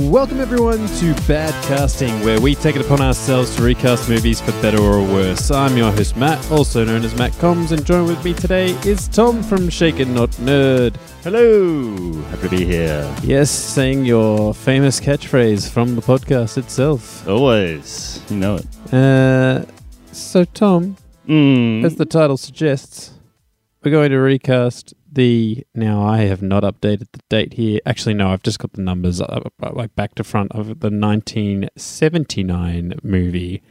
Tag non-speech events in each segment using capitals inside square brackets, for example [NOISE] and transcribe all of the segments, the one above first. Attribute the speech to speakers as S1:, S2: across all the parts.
S1: Welcome, everyone, to Bad Casting, where we take it upon ourselves to recast movies for better or worse. I'm your host, Matt, also known as Matt Combs, and joined with me today is Tom from Shaken Not Nerd.
S2: Hello, happy to be here.
S1: Yes, saying your famous catchphrase from the podcast itself.
S2: Always, you know it.
S1: Uh, so, Tom,
S2: Mm.
S1: as the title suggests, we're going to recast the. Now, I have not updated the date here. Actually, no, I've just got the numbers uh, uh, like back to front of the 1979 movie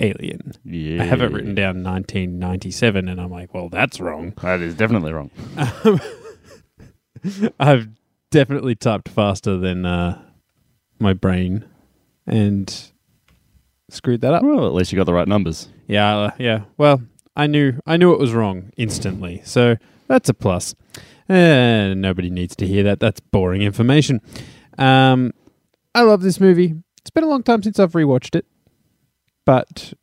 S1: Alien.
S2: yeah.
S1: I have it written down 1997, and I'm like, well, that's wrong. [LAUGHS]
S2: That is definitely wrong.
S1: I've definitely typed faster than uh, my brain, and screwed that up.
S2: Well, at least you got the right numbers.
S1: Yeah, uh, yeah. Well, I knew I knew it was wrong instantly, so that's a plus. Uh, nobody needs to hear that. That's boring information. Um, I love this movie. It's been a long time since I've rewatched it, but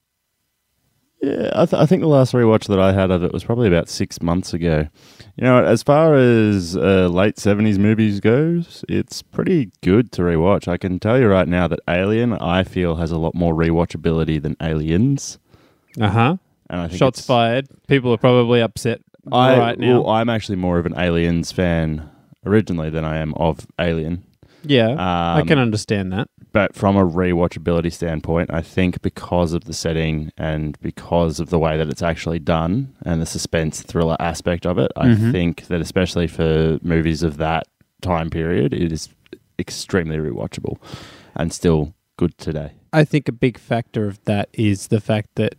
S2: Yeah, I, th- I think the last rewatch that I had of it was probably about six months ago. You know, as far as uh, late seventies movies goes, it's pretty good to rewatch. I can tell you right now that Alien, I feel, has a lot more rewatchability than Aliens.
S1: uh huh.
S2: And I think
S1: Shots
S2: it's-
S1: fired. People are probably upset
S2: I,
S1: right now.
S2: Well, I'm actually more of an Aliens fan originally than I am of Alien.
S1: yeah, I
S2: um,
S1: can understand that.
S2: But from a rewatchability standpoint, I think because of the setting and because of the way that it's actually done and the suspense thriller aspect of it, I
S1: Mhm.
S2: think that especially for movies of that time period, it is extremely rewatchable and still good today.
S1: I think a big factor of that is the fact that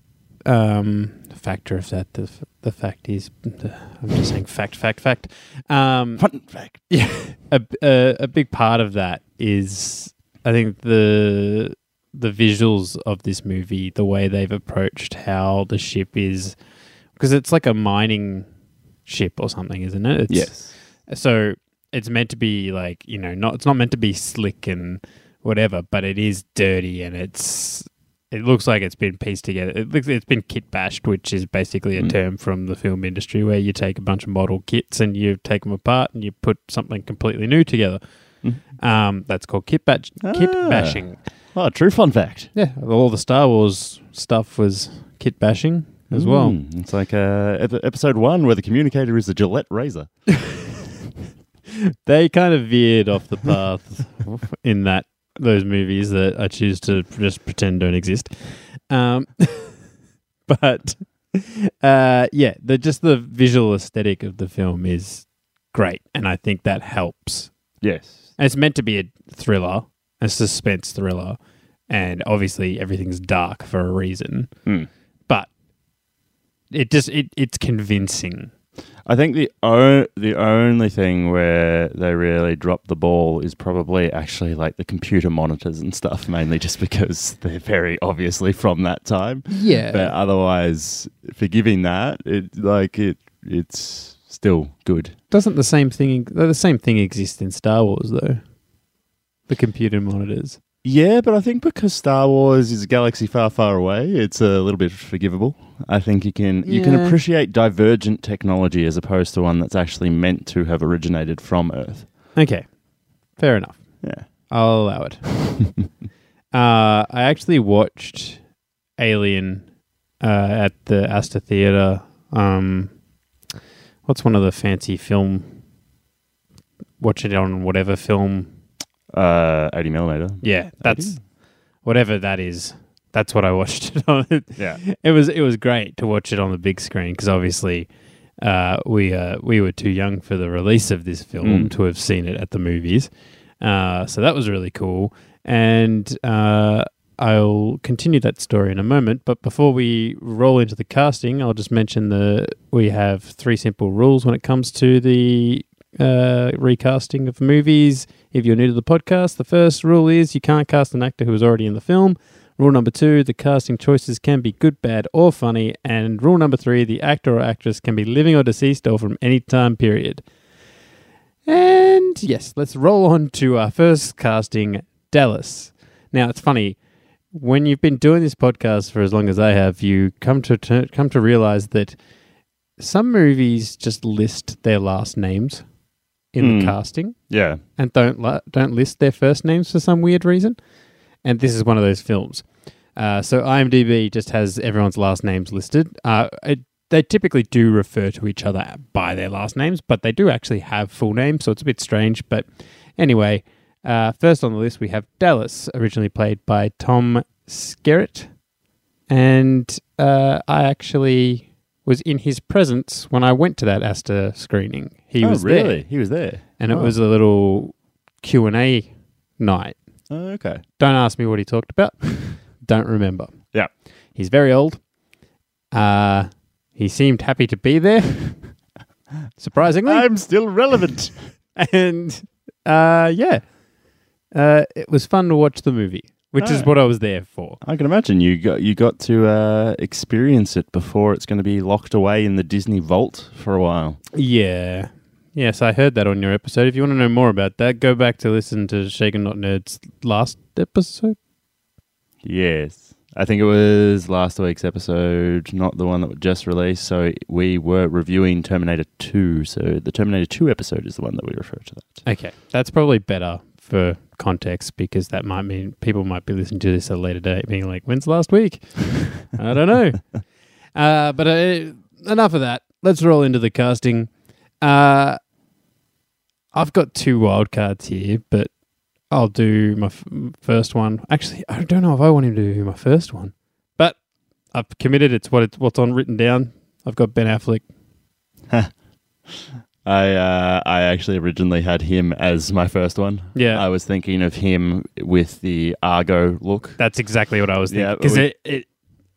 S1: um factor of that the, f- the fact is I'm just saying fact fact fact um
S2: Fun fact.
S1: yeah a, a a big part of that is I think the the visuals of this movie the way they've approached how the ship is because it's like a mining ship or something isn't it it's,
S2: Yes.
S1: so it's meant to be like you know not it's not meant to be slick and whatever but it is dirty and it's it looks like it's been pieced together it looks it's been kit bashed which is basically a
S2: Mm.
S1: term from the film industry where you take a bunch of model kits and you take them apart and you put something completely new together
S2: Mhm.
S1: um, that's called kit, batch, kit
S2: Ah.
S1: bashing
S2: Oh, true fun fact.
S1: yeah all the star wars stuff was kit bashing as well
S2: Mm, it's like uh, ep- episode one where the communicator is the Gillette razor.
S1: they kind of veered off the path [LAUGHS] in that those movies that I choose to just pretend don't exist. Um, [LAUGHS] but uh, yeah, the just the visual aesthetic of the film is great, and I think that helps.
S2: Yes.
S1: And it's meant to be a thriller, a suspense thriller, and obviously everything's dark for a reason.
S2: Mm.
S1: But it just it, it's convincing.
S2: I think the o- the only thing where they really drop the ball is probably actually like the computer monitors and stuff, mainly just because they're very obviously from that time.
S1: Yeah,
S2: But otherwise, forgiving that, it like it it's still good.
S1: Doesn't the same thing the same thing exist in Star Wars though? The computer monitors.
S2: Yeah, but I think because Star Wars is a galaxy far, far away, it's a little bit forgivable. I think you can you can
S1: Yeah.
S2: appreciate divergent technology as opposed to one that's actually meant to have originated from Earth.
S1: Okay, fair enough.
S2: Yeah.
S1: I'll allow it.
S2: [LAUGHS]
S1: uh, I actually watched Alien uh, at the Astor Theatre. Um, what's one of the fancy film? Watch it on whatever film.
S2: Uh, 80 millimeter.
S1: Yeah, that's whatever that is. That's what I watched [LAUGHS] it on.
S2: Yeah.
S1: It was it was great to watch it on the big screen because obviously uh, we uh, we were too young for the release of this film
S2: Mm.
S1: to have seen it at the movies, uh, so that was really cool. And uh, I'll continue that story in a moment, but before we roll into the casting, I'll just mention that we have three simple rules when it comes to the uh, recasting of movies. If you're new to the podcast, the first rule is you can't cast an actor who is already in the film. Rule number two, the casting choices can be good, bad, or funny. And rule number three, the actor or actress can be living or deceased or from any time period. And yes, let's roll on to our first casting, Dallas. Now, it's funny. When you've been doing this podcast for as long as I have, you come to ter- come to realize that some movies just list their last names. in
S2: Mm.
S1: the casting
S2: Yeah.
S1: and don't li- don't list their first names for some weird reason. And this is one of those films. Uh, so IMDb just has everyone's last names listed. Uh, it, they typically do refer to each other by their last names, but they do actually have full names, so it's a bit strange. But anyway, uh, first on the list we have Dallas, originally played by Tom Skerritt, and uh, I actually was in his presence when I went to that Astor screening. He
S2: oh,
S1: was there
S2: really? He was there.
S1: and it
S2: Oh.
S1: was a little Q and A night.
S2: Oh, okay.
S1: Don't ask me what he talked
S2: [LAUGHS]
S1: about. Don't remember.
S2: Yeah.
S1: he's very old. Uh, he seemed happy to be there, [LAUGHS] surprisingly.
S2: I'm still relevant.
S1: [LAUGHS] and uh, yeah, uh, it was fun to watch the movie, which is
S2: Oh.
S1: what I was there for.
S2: I can imagine you got you got to uh, experience it before it's going to be locked away in the Disney vault for a while.
S1: Yeah. Yes, I heard that on your episode. If you want to know more about that, go back to listen to Shaken Not Nerd's last episode.
S2: Yes. I think it was last week's episode, not the one that was just released. So we were reviewing Terminator 2. So the Terminator 2 episode is the one that we refer to that.
S1: Okay, that's probably better for context because that might mean people might be listening to this at a later date, being like, "When's last week?" I don't know. Uh, but uh, enough of that. Let's roll into the casting. Uh, I've got two wild cards here, but I'll do my f- first one. Actually, I don't know if I want him to do my first one, but I've committed. It's what it's what's on written down. I've got Ben Affleck.
S2: I uh, I actually originally had him as my first one.
S1: Yeah.
S2: I was thinking of him with the Argo look.
S1: That's exactly what I was thinking
S2: Yeah,
S1: because
S2: we-
S1: it, it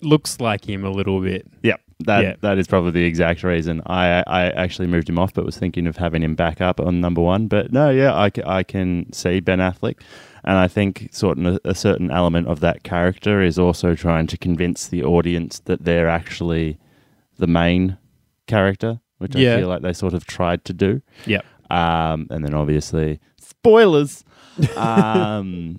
S1: looks like him a little bit.
S2: Yep. That
S1: Yeah.
S2: that is probably the exact reason I I actually moved him off, but was thinking of having him back up on number one. But no, yeah, I, ca- I can see Ben Affleck, and I think sort of a certain element of that character is also trying to convince the audience that they're actually the main character, which
S1: Yeah.
S2: I feel like they sort of tried to do.
S1: Yep.
S2: Um, and then obviously spoilers. [LAUGHS] um,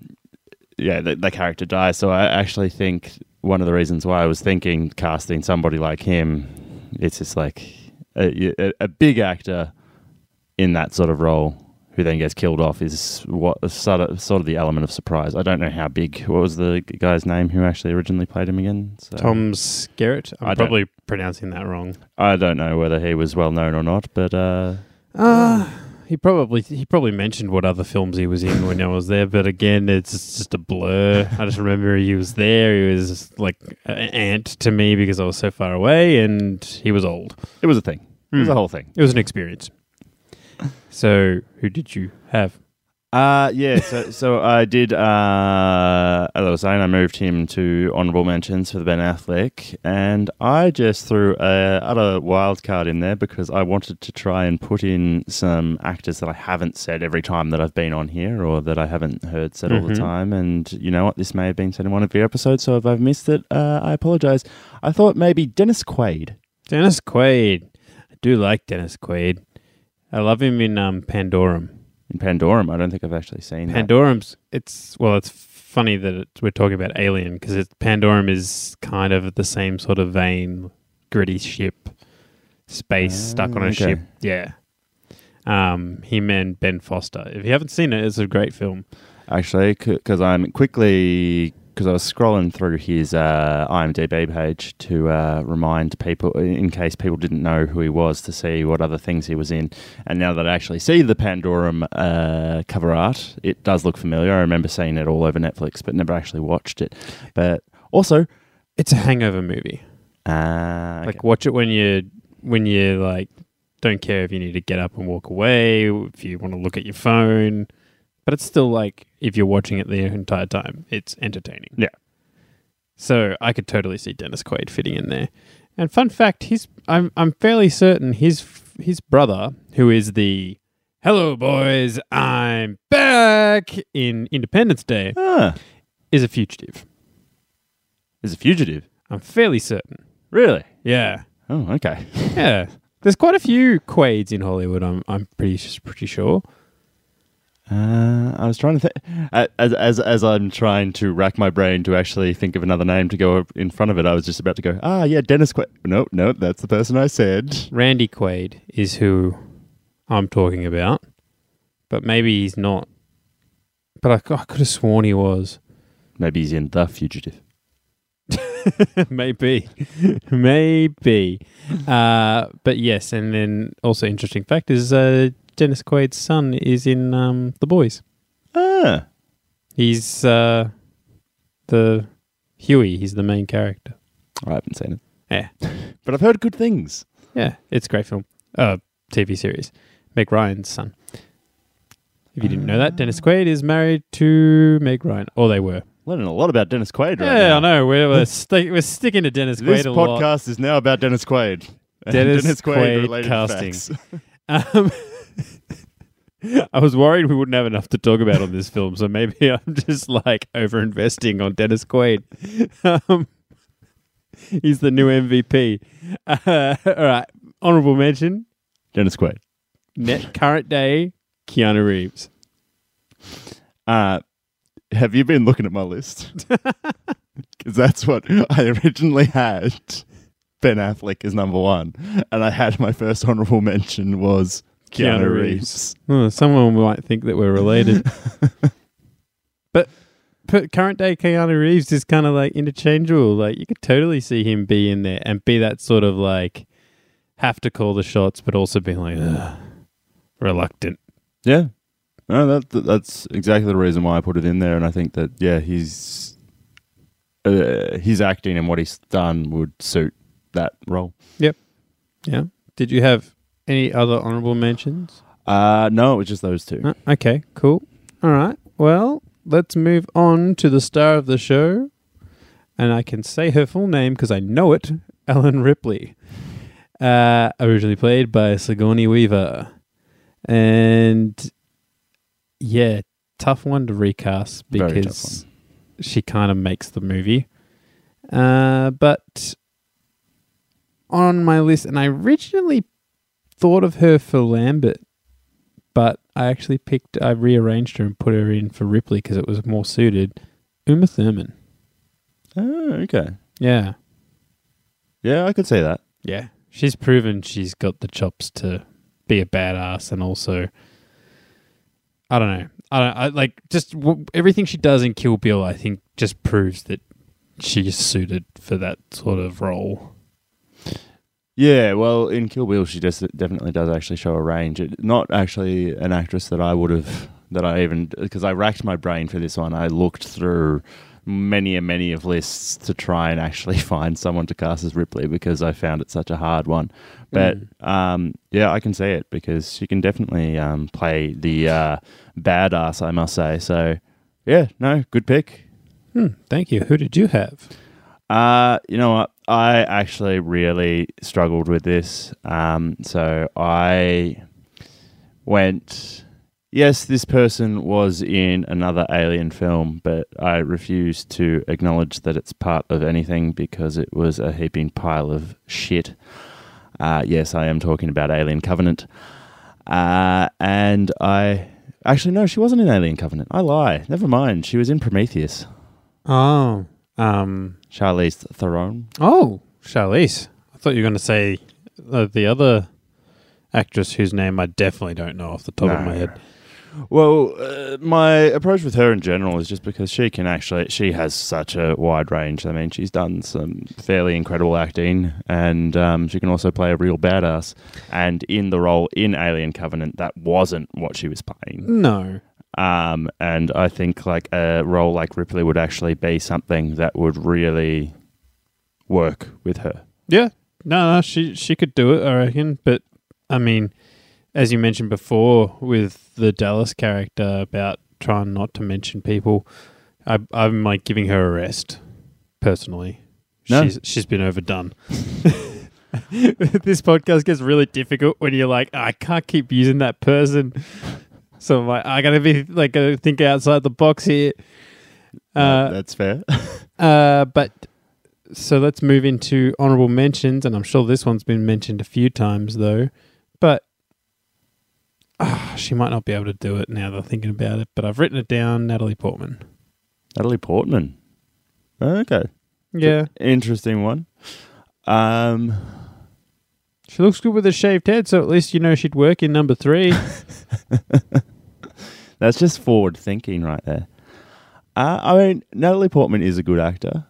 S2: yeah, the, the character dies. So I actually think one of the reasons why I was thinking casting somebody like him, it's just like a, a, a big actor in that sort of role who then gets killed off is what sort of, sort of the element of surprise. I don't know how big. What was the guy's name who actually originally played him again? So
S1: Tom Skerritt. I'm
S2: I don't-
S1: probably pronouncing that wrong.
S2: I don't know whether he was well known or not, but uh,
S1: Uh, he probably he probably mentioned what other films he was in when I was there, but again, it's just a blur. I just remember he was there. He was like an ant to me because I was so far away, and he was old.
S2: it was a thing. It was a
S1: Hmm.
S2: whole thing.
S1: It was an experience. So, who did you have?
S2: Uh yeah, so so I did uh as I was saying I moved him to honorable mentions for the Ben Affleck and I just threw a other wild card in there because I wanted to try and put in some actors that I haven't said every time that I've been on here or that I haven't heard said all the
S1: Mhm.
S2: time and you know what this may have been said in one of your episodes so if I've missed it uh, I apologize. I thought maybe Dennis Quaid.
S1: Dennis Quaid. I do like Dennis Quaid. I love him in um, Pandorum.
S2: In Pandorum, I don't think I've actually seen that.
S1: Pandorum's it's well, it's funny that it, we're talking about Alien because it's Pandorum is kind of the same sort of vein, gritty ship, space stuck on a
S2: Ah, okay.
S1: ship. Yeah. Um, him and Ben Foster. If you haven't seen it, it's a great film.
S2: actually, because I'm quickly because I was scrolling through his uh, IMDb page to uh, remind people, in case people didn't know who he was, to see what other things he was in. And now that I actually see the Pandorum uh, cover art, it does look familiar. I remember seeing it all over Netflix, but never actually watched it. But also,
S1: It's a hangover movie.
S2: uh,
S1: Like watch it when you when you like don't care if you need to get up and walk away, if you want to look at your phone. But it's still like if you're watching it the entire time, it's entertaining.
S2: Yeah.
S1: So I could totally see Dennis Quaid fitting in there. And fun fact, he's I'm I'm fairly certain his his brother, who is the Hello boys, I'm back in Independence Day,
S2: ah,
S1: is a fugitive.
S2: is a fugitive.
S1: I'm fairly certain.
S2: Really?
S1: Yeah.
S2: Oh, okay.
S1: Yeah. There's quite a few Quaids in Hollywood, I'm, I'm pretty s- pretty sure.
S2: Uh, I was trying to think as as as I'm trying to rack my brain to actually think of another name to go in front of it. I was just about to go. Ah, yeah, Dennis Quaid. No, no, that's the person I said.
S1: Randy Quaid is who I'm talking about. but maybe he's not. But I, c- I could have sworn he was.
S2: Maybe he's in The Fugitive.
S1: maybe, maybe. Uh, but yes, and then also interesting fact is uh, Dennis Quaid's son is in um, The Boys.
S2: Ah,
S1: He's uh, the Huey. He's the main character.
S2: I haven't seen it.
S1: Yeah.
S2: [LAUGHS] but I've heard good things.
S1: Yeah, it's a great film. Uh, TV series. Meg Ryan's son. If you didn't know that, Dennis Quaid is married to Meg Ryan, or they were.
S2: Learning a lot about Dennis Quaid right now.
S1: yeah, I know. We're we're, sti- we're sticking to Dennis Quaid
S2: This
S1: a
S2: podcast
S1: lot.
S2: is now about Dennis Quaid. [LAUGHS] And
S1: Dennis Quaid
S2: related
S1: casting.
S2: facts.
S1: [LAUGHS] Um, I was worried we wouldn't have enough to talk about on this film, so maybe [LAUGHS] I'm just like over investing on Dennis Quaid. [LAUGHS] Um, he's the new MVP. Uh, [LAUGHS] all right, honorable mention:
S2: [LAUGHS] Dennis Quaid.
S1: net current day Keanu Reeves.
S2: Uh, have you been looking at my [LAUGHS] list? Because that's what I originally had. Ben Affleck is number one, and I had my first honorable mention was Keanu,
S1: Keanu
S2: Reeves.
S1: Well, someone might think that we're related. [LAUGHS] but, but current day Keanu Reeves is kind of like interchangeable. Like you could totally see him be in there and be that sort of like have to call the shots, but also being like "Ugh, reluctant.
S2: Yeah, no, that, that- that's exactly the reason why I put it in there, and I think that yeah, he's uh, his acting and what he's done would suit that role.
S1: Yeah. Did you have any other honorable mentions?
S2: Uh, no, it was just those two.
S1: Uh, okay. Cool. All right. Well, let's move on to the star of the show, and I can say her full name because I know it. Ellen Ripley, uh, originally played by Sigourney Weaver, and yeah, tough one to recast
S2: Very tough
S1: because she kind of makes the movie. Uh, but on my list, and I originally thought of her for Lambert, but I actually picked, I rearranged her and put her in for Ripley because it was more suited. Uma Thurman,
S2: Oh, okay.
S1: yeah.
S2: Yeah, I could say that.
S1: Yeah. She's proven she's got the chops to be a badass and also I don't know. I don't I like just w- everything she does in Kill Bill I think just proves that she is suited for that sort of role.
S2: Yeah, well, in Kill Bill, she just definitely does actually show a range. It, not actually an actress that I would have, that I even, because I racked my brain for this one. I looked through many and many of lists to try and actually [LAUGHS] find someone to cast as Ripley because I found it such a hard one. But um, yeah, I can see it because she can definitely um, play the uh, badass, I must say. So yeah, no, good pick.
S1: Hmm, thank you. Who did you have?
S2: Uh, you know what? I actually really struggled with this. Um, so I went. Yes, this person was in another alien film, but I refuse to acknowledge that it's part of anything because it was a heaping pile of shit. Uh, yes, I am talking about Alien Covenant. Uh, and I. Actually, no, she wasn't in Alien Covenant. I lie. Never mind. She was in Prometheus.
S1: Oh, um
S2: Charlize Theron.
S1: oh, Charlize. I thought you were going to say uh, the other actress whose name I definitely don't know off the top of
S2: No.
S1: my head.
S2: Well, uh, my approach with her in general is just because she can actually, she has such a wide range. I mean, she's done some fairly incredible acting, and um, she can also play a real badass. And in the role in Alien Covenant, that wasn't what she was playing.
S1: No.
S2: Um, and I think like a role like Ripley would actually be something that would really work with her.
S1: Yeah, no, no, she she could do it, I reckon. But I mean, as you mentioned before with the Dallas character about trying not to mention people, I, I'm like giving her a rest personally.
S2: No.
S1: She's she's been overdone. [LAUGHS] this podcast gets really difficult when you're like, I can't keep using that person. So I'm like, I gotta be like, gotta think outside the box here. Uh,
S2: that's fair. [LAUGHS]
S1: uh, but so let's move into honorable mentions, and I'm sure this one's been mentioned a few times though. But ah, she might not be able to do it now that I'm thinking about it. But I've written it down, Natalie Portman.
S2: Natalie Portman. Okay,
S1: Yeah,
S2: interesting one. Um.
S1: she looks good with a shaved head, so at least you know she'd work in number three.
S2: That's just forward thinking right there. Uh, I mean, Natalie Portman is a good actor.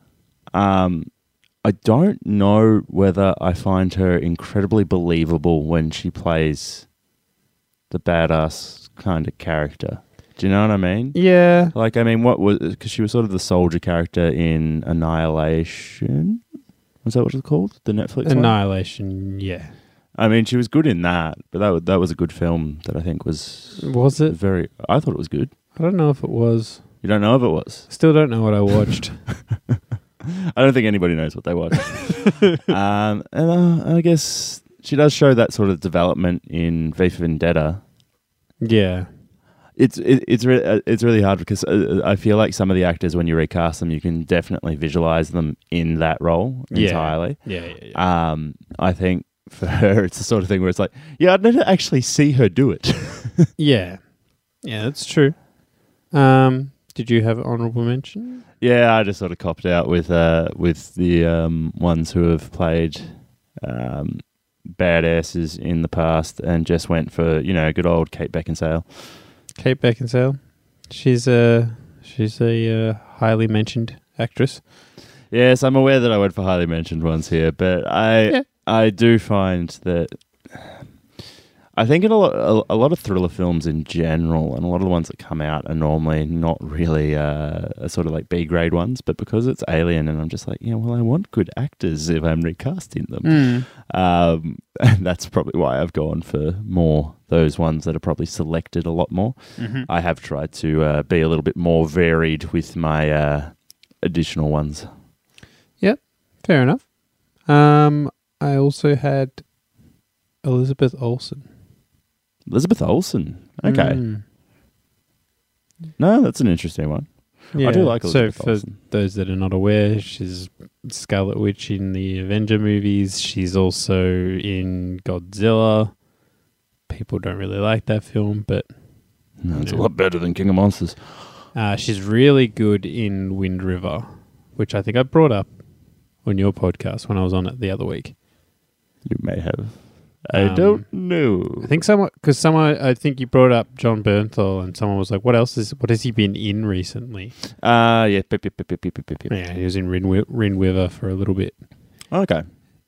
S2: Um, I don't know whether I find her incredibly believable when she plays the badass kind of character. Do you know what I mean?
S1: [LAUGHS] Yeah.
S2: Like, I mean, what was because she was sort of the soldier character in Annihilation. Was that what it's called? The
S1: Uh,
S2: Netflix one.
S1: Annihilation, yeah.
S2: I mean, she was good in that, but that wa- that was a good film that I think was
S1: Was it?
S2: very. I thought it was good.
S1: I don't know if it was.
S2: You don't know if it was.
S1: Still don't know what I [LAUGHS] watched.
S2: I don't think anybody knows what
S1: [LAUGHS]
S2: they watch. um, and uh, I guess she does show that sort of development in V for Vendetta.
S1: yeah.
S2: It's it, it's re- uh, it's really hard because uh, I feel like some of the actors when you recast them, you can definitely visualize them in that role
S1: Yeah.
S2: entirely.
S1: Yeah, yeah, yeah.
S2: Um, I think for [LAUGHS] her, it's the sort of thing where it's like, yeah, I'd never actually see her do it.
S1: yeah. Yeah, that's true. Um, did you have honorable mention?
S2: Yeah, I just sort of copped out with uh, with the um, ones who have played um, badasses in the past, and just went for you know good old Kate Beckinsale.
S1: Kate Beckinsale. She's a she's a uh, highly mentioned actress.
S2: Yes, I'm aware that I went for highly mentioned ones here, but I
S1: Yeah.
S2: I do find that I think in a lot a, a lot of thriller films in general, and a lot of the ones that come out are normally not really uh, are sort of like B grade ones, but because it's Alien, and I'm just like, yeah, well, I want good actors if I'm recasting them. Um, [LAUGHS] and that's probably why I've gone for more those ones that are probably selected a lot more.
S1: Mhm.
S2: I have tried to uh, be a little bit more varied with my uh, additional ones.
S1: Fair enough. Um, I also had Elizabeth Olsen.
S2: Elizabeth Olsen. Okay.
S1: Mm.
S2: No, that's an interesting one. I
S1: Yeah.
S2: do like Elizabeth
S1: So for
S2: Olsen.
S1: those that are not aware, she's Scarlet Witch in the Avenger movies. She's also in Godzilla. People don't really like that film, but
S2: No, it's a
S1: Yeah.
S2: lot better than King of Monsters.
S1: uh, she's really good in Wind River, which I think I brought up on your podcast when I was on it the other week.
S2: You may have. I
S1: Um,
S2: don't know.
S1: I think someone, because someone, I think you brought up John Bernthal, and someone was like, "What else is? What has he been in recently?"
S2: Uh, yeah. Pip, pip, pip, pip, pip, pip, pip, pip.
S1: Yeah, he was in Rin, Wi- Rin River for a little bit,
S2: Okay.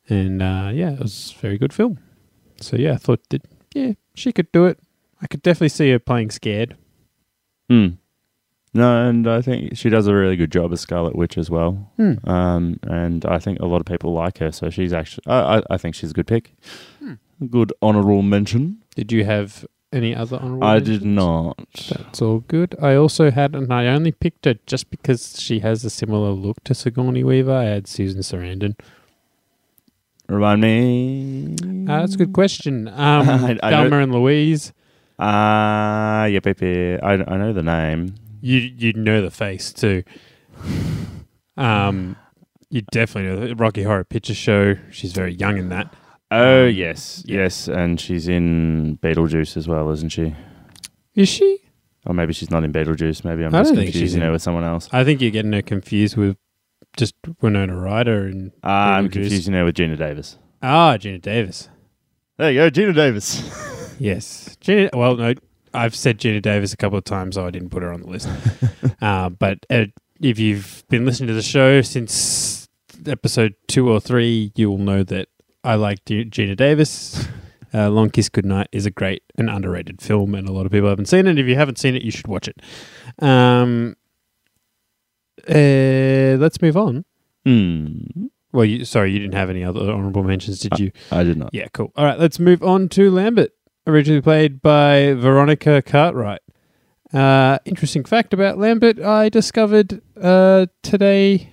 S1: and uh, yeah, it was a very good film. So yeah, I thought that yeah, she could do it. I could definitely see her playing scared.
S2: Hmm. No, and I think she does a really good job as Scarlet Witch as well.
S1: Hmm.
S2: um, and I think a lot of people like her. So she's actually, I, I, I think she's a good pick.
S1: Hmm.
S2: Good honourable mention.
S1: Did you have any other honorable?
S2: I did
S1: mentions?
S2: not.
S1: That's all good. I also had, and I only picked her just because she has a similar look to Sigourney Weaver. I had Susan Sarandon.
S2: Remind me.
S1: Uh, that's a good [LAUGHS] question. Um,
S2: I- I
S1: Thelma and Louise.
S2: Ah, yeah, Pepe. I, I know the name.
S1: You you know the face too. Um, you definitely know the Rocky Horror Picture Show. She's very young in that.
S2: Oh
S1: Um,
S2: yes,
S1: yeah.
S2: yes, and she's in Beetlejuice as well, isn't she?
S1: Is she?
S2: Or maybe she's not in Beetlejuice. Maybe I'm
S1: I
S2: just
S1: don't think
S2: confusing
S1: she's in-
S2: her with someone else.
S1: I think you're getting her confused with just Winona Ryder and
S2: Ah, I'm
S1: Beetlejuice.
S2: confusing her with Gina Davis.
S1: ah Gina Davis.
S2: There you go, Gina Davis. [LAUGHS]
S1: Yes, Gina. Well, no, I've said Gina Davis a couple of times, so I didn't put her on the list. uh, but uh, if you've been listening to the show since episode two or three, you will know that I like G- Gina Davis. Uh, Long Kiss Goodnight is a great and underrated film, and a lot of people haven't seen it. If you haven't seen it, you should watch it. Um, uh, let's move on.
S2: Hmm.
S1: Well, you, sorry, you didn't have any other honorable mentions, did you?
S2: I did not.
S1: Yeah, cool. All right, let's move on to Lambert, originally played by Veronica Cartwright. Uh, interesting fact about Lambert I discovered uh, today.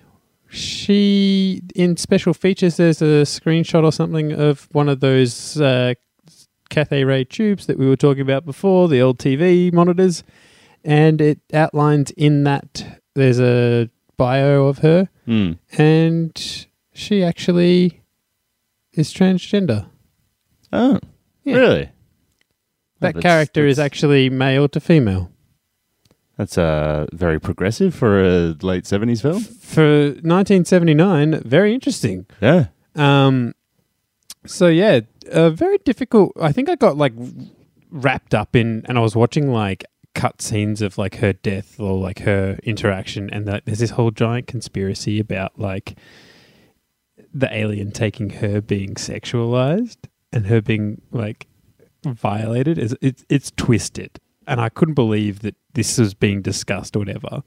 S1: She, in special features, there's a screenshot or something of one of those uh, cathode ray tubes that we were talking about before, the old TV monitors. And it outlines in that there's a bio of her
S2: Hmm.
S1: and she actually is transgender.
S2: Oh,
S1: Yeah.
S2: really?
S1: That
S2: Oh, that's-
S1: character is
S2: that's-
S1: actually male to female.
S2: That's uh, very progressive for a late seventies film.
S1: For 1979, very interesting.
S2: Yeah.
S1: Um, so yeah, uh, very difficult. I think I got like wrapped up in, and I was watching like cutscenes of like her death or like her interaction, and that there's this whole giant conspiracy about like the alien taking her being sexualized and her being like violated. It's, it's, it's twisted. And I couldn't believe that this was being discussed or whatever.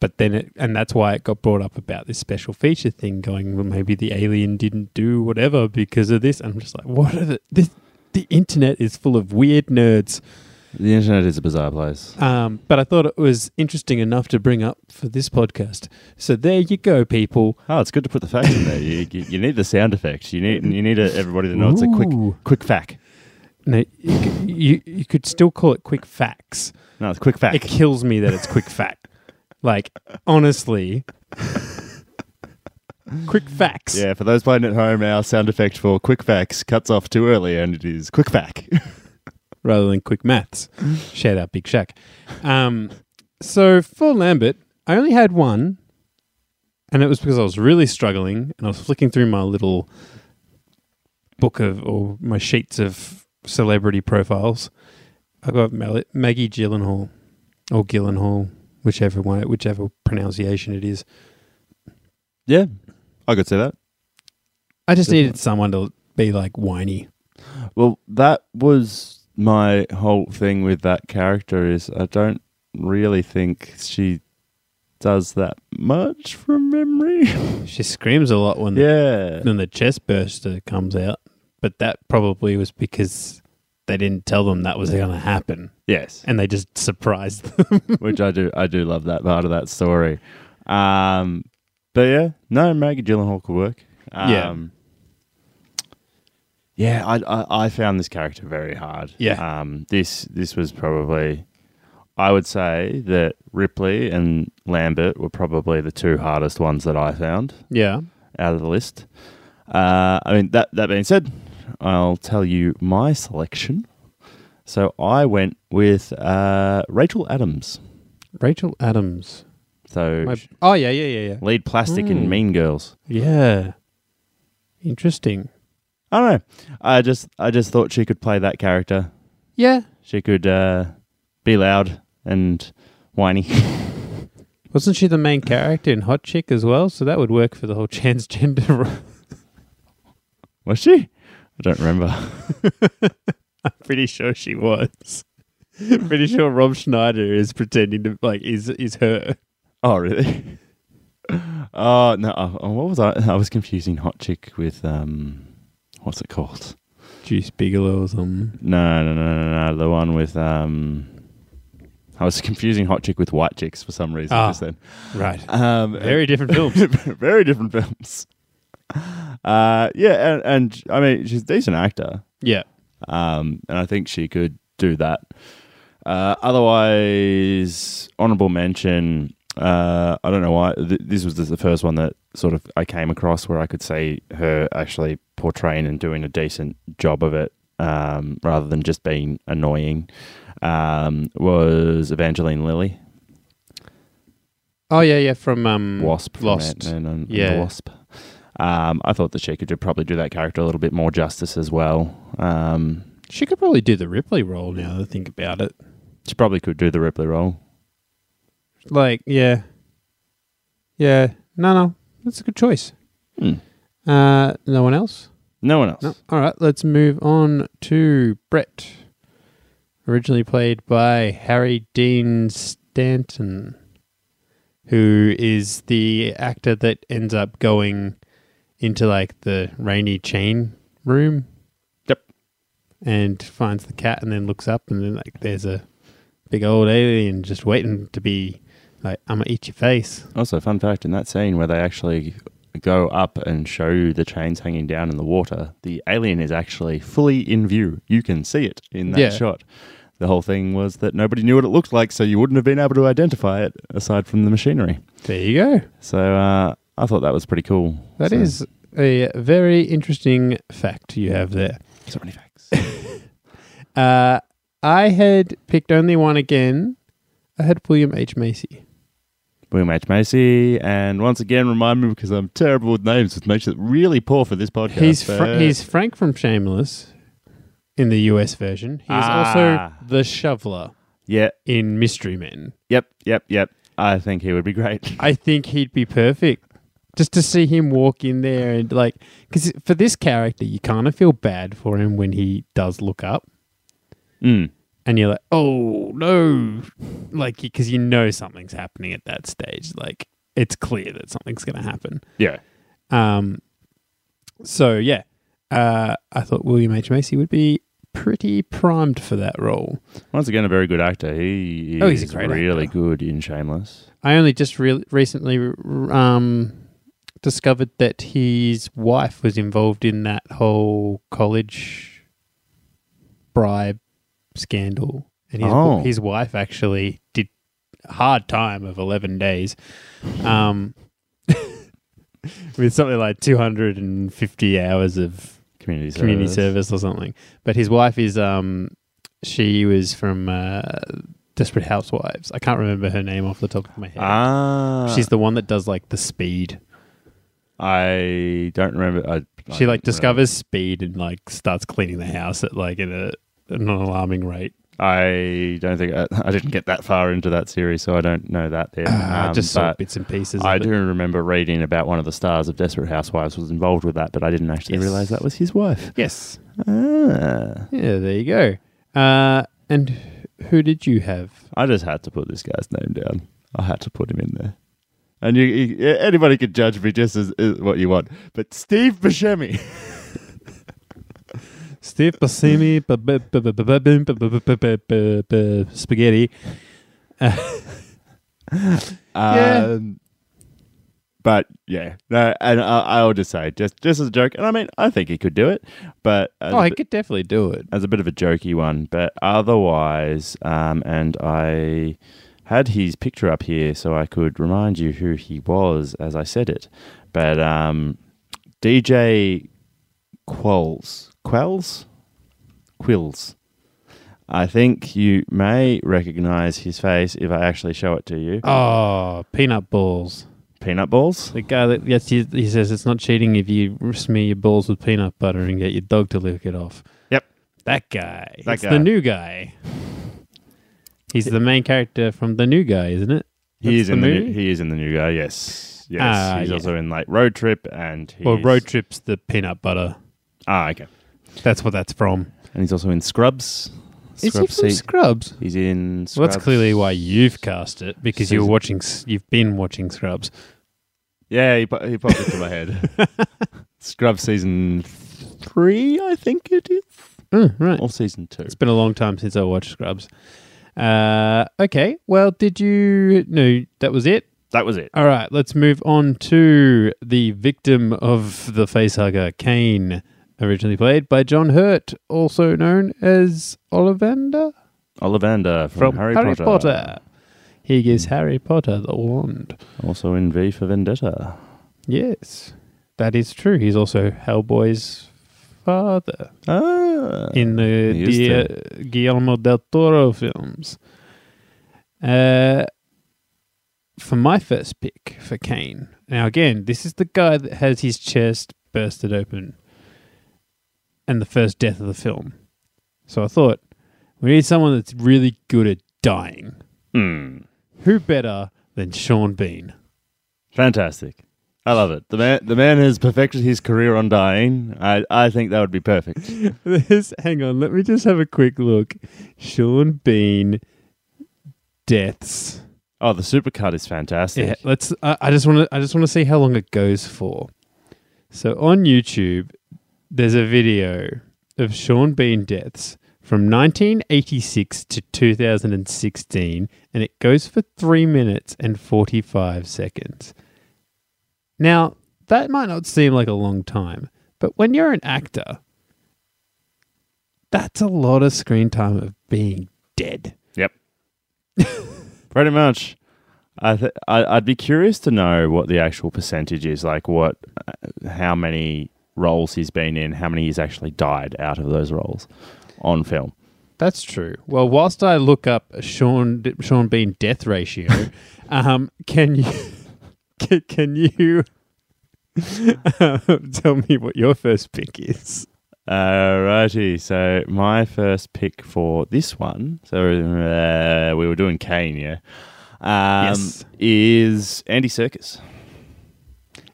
S1: But then it, and that's why it got brought up about this special feature thing going, well, maybe the alien didn't do whatever because of this. I'm just like, what are the, this, the internet is full of weird nerds.
S2: The internet is a bizarre place.
S1: Um, but I thought it was interesting enough to bring up for this podcast. So there you go, people.
S2: Oh, it's good to put the facts in there. You, you, you need the sound effects. You need you need a, everybody to know it's a quick
S1: Ooh.
S2: quick fact.
S1: No, you, c- you, you could still call it quick facts.
S2: No, it's quick fact.
S1: It kills me that it's quick fact. Like, honestly,
S2: [LAUGHS]
S1: quick facts.
S2: Yeah, for those playing at home, our sound effect for quick facts cuts off too early, and it is quick fact. [LAUGHS]
S1: rather than quick maths. Shout out Big Shack. Um, so for Lambert, I only had one, and it was because I was really struggling, and I was flicking through my little book of or my sheets of celebrity profiles. I got Mal- Maggie Gyllenhaal or Gyllenhaal, whichever one, whichever pronunciation it is.
S2: yeah, I could say that.
S1: I just
S2: Good
S1: needed someone to be like whiny.
S2: Well, that was my whole thing with that character is I don't really think she does that much from memory.
S1: She screams a lot when the
S2: [LAUGHS] yeah.
S1: then the chest burster comes out. But that probably was because they didn't tell them that was going to happen,
S2: Yes.
S1: and they just surprised [LAUGHS] them.
S2: Which I do I do love that part of that story. Um but yeah, no Maggie Gyllenhaal could work.
S1: Yeah.
S2: Um, yeah, I, I I found this character very hard.
S1: Yeah.
S2: Um this this was probably I would say that Ripley and Lambert were probably the two hardest ones that I found
S1: Yeah,
S2: out of the list. Uh, I mean, that, that being said, I'll tell you my selection. So I went with uh, Rachel Adams.
S1: Rachel Adams.
S2: So
S1: My- oh yeah, yeah, yeah, yeah.
S2: lead plastic
S1: Hmm.
S2: in Mean Girls.
S1: Yeah, interesting.
S2: I don't know. I just I just thought she could play that character.
S1: Yeah,
S2: She could uh, be loud and whiny. [LAUGHS]
S1: wasn't she the main character in Hot Chick as well? So that would work for the whole [LAUGHS] transgender. role.
S2: Was she? I don't remember. [LAUGHS]
S1: Pretty sure she was. [LAUGHS] Pretty sure Rob Schneider is pretending to like is is her.
S2: Oh really? [LAUGHS] Oh no! Oh, what was I? I was confusing Hot Chick with um, what's it called?
S1: Juice Bigelow or something.
S2: No, no, no, no, no. The one with um, I was [LAUGHS] confusing Hot Chick with White Chicks for some reason
S1: Ah.
S2: just then.
S1: Right.
S2: Um,
S1: Very different films. [LAUGHS]
S2: [LAUGHS] very different films. Uh, yeah, and, and I mean she's a decent actor,
S1: yeah.
S2: um, and I think she could do that. Uh, otherwise, honorable mention. Uh, I don't know why th- this was the first one that sort of I came across where I could see her actually portraying and doing a decent job of it, um, rather than just being annoying. Um, was Evangeline Lilly
S1: Oh yeah, yeah. From um,
S2: Wasp from
S1: Lost.
S2: Ant-Man and, and
S1: Yeah.
S2: the Wasp? Um, I thought that she could do, probably do that character a little bit more justice as well. Um,
S1: She could probably do the Ripley role now that I think about it.
S2: she probably could do the Ripley role.
S1: Like, yeah. Yeah. No, no. That's a good choice.
S2: Hmm.
S1: Uh, no one else?
S2: No one else.
S1: No. All right, let's move on to Brett. Originally played by Harry Dean Stanton, who is the actor that ends up going into like the rainy chain room.
S2: Yep.
S1: And finds the cat and then looks up and then like there's a big old alien just waiting to be like, I'm gonna eat your face.
S2: Also, fun fact in that scene where they actually go up and show you the chains hanging down in the water, the alien is actually fully in view. You can see it in that
S1: Yeah.
S2: shot. The whole thing was that nobody knew what it looked like, so you wouldn't have been able to identify it aside from the machinery.
S1: There you go.
S2: So uh, I thought that was pretty cool.
S1: That
S2: So-
S1: is a very interesting fact you have there.
S2: so many facts.
S1: Uh, I had picked only one again. I had William H. Macy.
S2: William H. Macy, and once again, remind me because I'm terrible with names, which makes it really poor for this podcast.
S1: he's
S2: but-
S1: Fra- he's Frank from Shameless in the US version. He's
S2: Ah.
S1: also the Shoveler.
S2: Yeah.
S1: in Mystery Men.
S2: Yep. Yep. Yep. I think he would be great. [LAUGHS]
S1: I think he'd be perfect. Just to see him walk in there and like, because for this character, you kind of feel bad for him when he does look up,
S2: Mm.
S1: and you're like, oh no, like because you know something's happening at that stage. Like it's clear that something's going to happen.
S2: Yeah.
S1: Um, so yeah, uh, I thought William H Macy would be pretty primed for that role.
S2: Once again, a very good actor. He is
S1: Oh, he's a great
S2: really
S1: actor.
S2: good in Shameless.
S1: I only just re- recently r- um, discovered that his wife was involved in that whole college bribe scandal, and his,
S2: Oh.
S1: his wife actually did a hard time of eleven days, um, [LAUGHS] with something like two hundred and fifty hours of
S2: Community service.
S1: community service or something. But his wife is um, she was from uh, Desperate Housewives. I can't remember her name off the top of my head.
S2: Ah.
S1: She's the one that does like the speed.
S2: I don't remember. I, I
S1: She like
S2: don't remember.
S1: discovers speed and like starts cleaning the house at like at a, an alarming rate.
S2: I don't think uh, [LAUGHS] I, I didn't get that far into that series, so I don't know that there.
S1: Ah, I
S2: Um,
S1: Uh, just saw
S2: but
S1: bits and pieces.
S2: I
S1: of
S2: do
S1: It.
S2: remember reading about one of the stars of Desperate Housewives was involved with that, but I didn't actually
S1: Yes.
S2: realize that was his wife.
S1: Yes.
S2: Ah.
S1: Yeah. There you go. Uh, and who did you have?
S2: I just had to put this guy's name down. I had to put him in there. And you, you anybody could judge me just as, as what you want, but Steve Buscemi.
S1: Steve Buscemi, [LAUGHS] bu- bu- bu- bu- bu- bu- bu- bu- bu- bu- bu- bu- bu- spaghetti. [LAUGHS] Yeah.
S2: Um, but yeah, no, and I, I'll just say just just as a joke, and I mean I think he could do it, but uh, as,
S1: Oh,
S2: a,
S1: I
S2: bit,
S1: could definitely do it.
S2: as a bit of a jokey one. But otherwise, um, and I had his picture up here so I could remind you who he was as I said it. But um, DJ Quells, Quells, Quills. I think you may recognize his face if I actually show it to you. Uh,
S1: Oh, peanut balls.
S2: Peanut balls.
S1: The guy that yes, he, he says it's not cheating if you smear your balls with peanut butter and get your dog to lick it off.
S2: Yep.
S1: That guy.
S2: That
S1: That's
S2: guy.
S1: the new guy. He's the main character from the new guy, isn't it?
S2: He
S1: That's
S2: is in the new,
S1: movie?
S2: he is in the new guy. Yes, yes.
S1: Ah,
S2: he's
S1: yeah.
S2: also in like Road Trip and he's,
S1: Well, Road Trip's the peanut butter.
S2: Ah, okay.
S1: That's what that's from.
S2: And he's also in Scrubs.
S1: Is he from
S2: Se-
S1: Scrubs?
S2: he's in. Scrubs.
S1: Well, that's clearly why you've cast it because you were
S2: Season-
S1: watching. s- You've been watching Scrubs.
S2: Yeah, he, po- he popped into
S1: [LAUGHS]
S2: my head. Scrubs season three, I think it is,
S1: Mm, right.
S2: or season two.
S1: It's been a long time since I watched Scrubs. Uh, okay. Well, did you? No, that was it.
S2: That was it.
S1: All right, let's move on to the victim of the facehugger, Kane, originally played by John Hurt, also known as Ollivander
S2: Ollivander from,
S1: from
S2: Harry, Potter.
S1: He gives Harry Potter the wand.
S2: Also in V for Vendetta.
S1: Yes, that is true. He's also Hellboy's father
S2: Ah.
S1: in the
S2: He is
S1: Dia- Guillermo del Toro films. Uh, for my first pick for Kane. Now, again, this is the guy that has his chest bursted open and the first death of the film. So I thought, we need someone that's really good at dying.
S2: Hmm.
S1: Who better than Sean Bean?
S2: Fantastic. I love it. The man, the man has perfected his career on dying. I, I think that would be perfect.
S1: [LAUGHS] This, hang on, let me just have a quick look. Sean Bean deaths.
S2: Oh, the supercut is fantastic.
S1: Yeah, let's. I, I just want to. I just want to see how long it goes for. So on YouTube, there's a video of Sean Bean deaths from 1986 to 2016, and it goes for three minutes and 45 seconds. Now that might not seem like a long time, but when you're an actor, that's a lot of screen time of being dead.
S2: Yep. Pretty much. I th- I, I'd be curious to know what the actual percentage is, like what, uh, how many roles he's been in, how many he's actually died out of those roles on film.
S1: That's true. Well, whilst I look up Sean Sean Bean death ratio, um, can you [LAUGHS] can, um, [LAUGHS] can you uh, tell me what your first pick is?
S2: Alrighty, so my first pick for this one, so uh, we were doing Kane, yeah, um,
S1: Yes.
S2: is Andy Circus.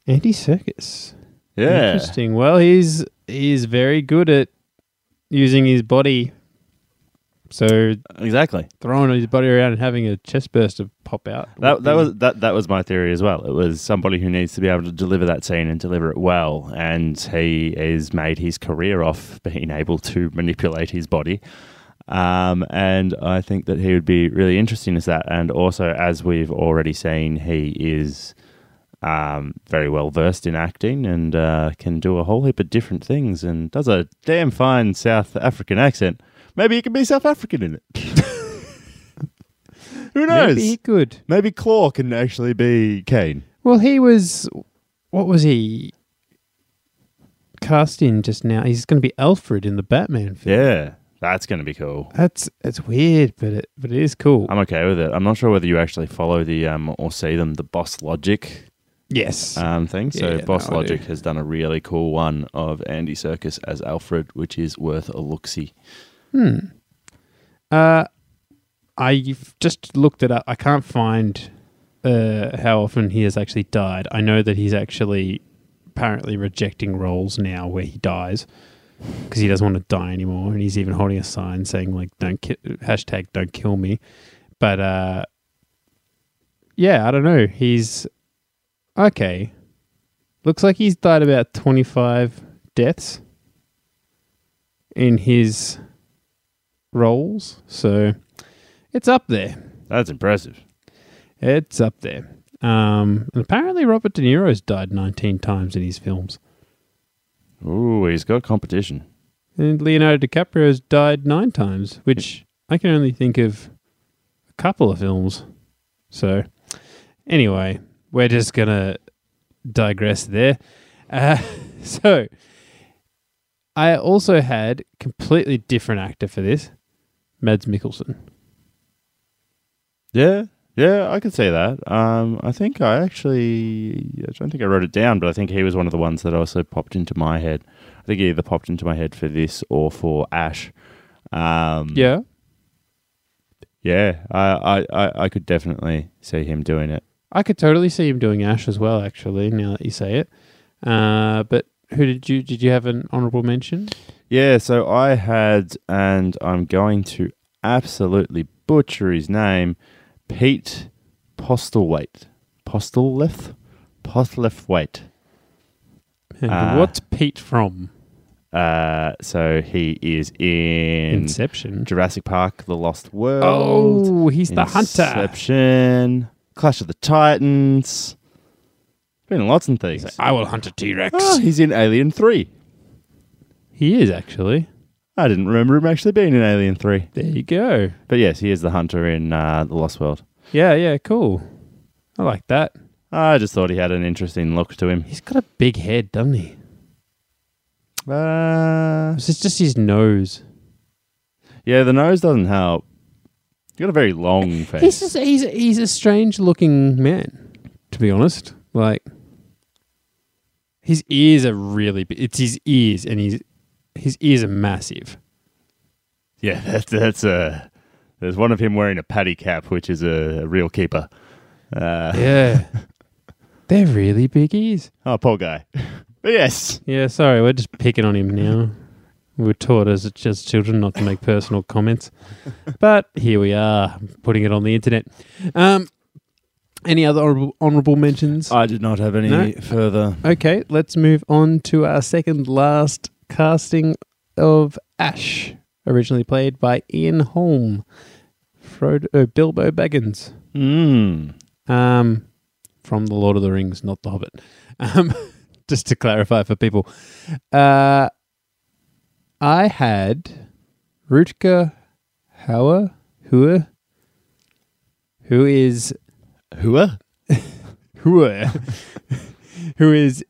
S1: Andy Circus.
S2: Yeah,
S1: Interesting. Well, he's he's very good at using his body. So
S2: exactly.
S1: throwing his body around and having a chest burst to pop out.
S2: That, that was that, that was my theory as well. It was somebody who needs to be able to deliver that scene and deliver it well, and he has made his career off being able to [LAUGHS] manipulate his body. Um, and I think that he would be really interesting as that. And also, as we've already seen, he is um, very well versed in acting and uh, can do a whole heap of different things and does a damn fine South African accent. Maybe he can be South African in it. [LAUGHS] Who knows?
S1: Maybe he could.
S2: Maybe Claw can actually be Kane.
S1: Well, he was. What was he cast in just now? He's going to be Alfred in the Batman film.
S2: Yeah, that's going to be cool.
S1: That's it's weird, but it but it is cool.
S2: I'm okay with it. I'm not sure whether you actually follow the um, or see them the Boss Logic
S1: yes.
S2: um, thing. So
S1: Yeah,
S2: Boss
S1: no, I
S2: Logic
S1: do.
S2: has done a really cool one of Andy Circus as Alfred, which is worth a look see.
S1: hmm. Uh, I've just looked it up. I can't find uh, how often he has actually died. I know that he's actually apparently rejecting roles now where he dies because he doesn't want to die anymore, and he's even holding a sign saying like "Don't ki- hashtag Don't kill me." But uh, yeah, I don't know. He's okay. Looks like he's died about twenty five deaths in his roles, so it's up there.
S2: That's impressive.
S1: It's up there. Um, and apparently, Robert De Niro's died 19 times in his films.
S2: Ooh, he's got competition.
S1: And Leonardo DiCaprio's died nine times, which I can only think of a couple of films. So, anyway, we're just going to digress there. Uh, [LAUGHS] so, I also had completely different actor for this, Mads Mikkelsen.
S2: Yeah, yeah, I could say that. Um, I think I actually, I don't think I wrote it down, but I think he was one of the ones that also popped into my head. I think he either popped into my head for this or for Ash. Um,
S1: Yeah.
S2: yeah, I, I, I, I could definitely see him doing it.
S1: I could totally see him doing Ash as well, actually. Now that you say it, uh, but who did you did you have an honourable mention?
S2: Yeah, so I had, and I'm going to absolutely butcher his name, Pete Postlewaite. Postleth? Postlethwaite.
S1: And
S2: Uh,
S1: what's Pete from
S2: Uh, so he is in
S1: Inception?
S2: Jurassic Park: The Lost World.
S1: Oh, he's the hunter.
S2: Inception, Clash of the Titans. Been in lots of things.
S1: I will hunt a T Rex.
S2: Oh, he's in Alien Three.
S1: He is actually.
S2: I didn't remember him actually being in Alien Three.
S1: There you go.
S2: But yes, he is the hunter in uh, The Lost World.
S1: Yeah, yeah, cool. I like that.
S2: I just thought he had an interesting look to him.
S1: He's got a big head, doesn't he?
S2: Uh,
S1: It's just his nose.
S2: yeah, the nose doesn't help. He's got a very long face.
S1: He's just he's he's a strange looking man, to be honest. Like his ears are really big. It's his ears, and his his ears are massive.
S2: Yeah, [LAUGHS] that's that's a. There's one of him wearing a paddy cap, which is a, real keeper. Uh,
S1: Yeah, they're really big ears.
S2: Oh, poor guy. [LAUGHS] But yes,
S1: Yeah, sorry, we're just picking on him now. We were taught as as children not to make personal comments, but here we are putting it on the internet. Um, any other honorable, honorable mentions?
S2: I did not have any
S1: No?
S2: further.
S1: Okay, let's move on to our second last casting of Ash, originally played by Ian Holm, Frodo er, Bilbo Baggins,
S2: Mm.
S1: um, from The Lord of the Rings, not The Hobbit. Um, [LAUGHS] just to clarify for people, uh, I had Rutger Hauer, Hauer, who is
S2: Whoa.
S1: who [LAUGHS] who is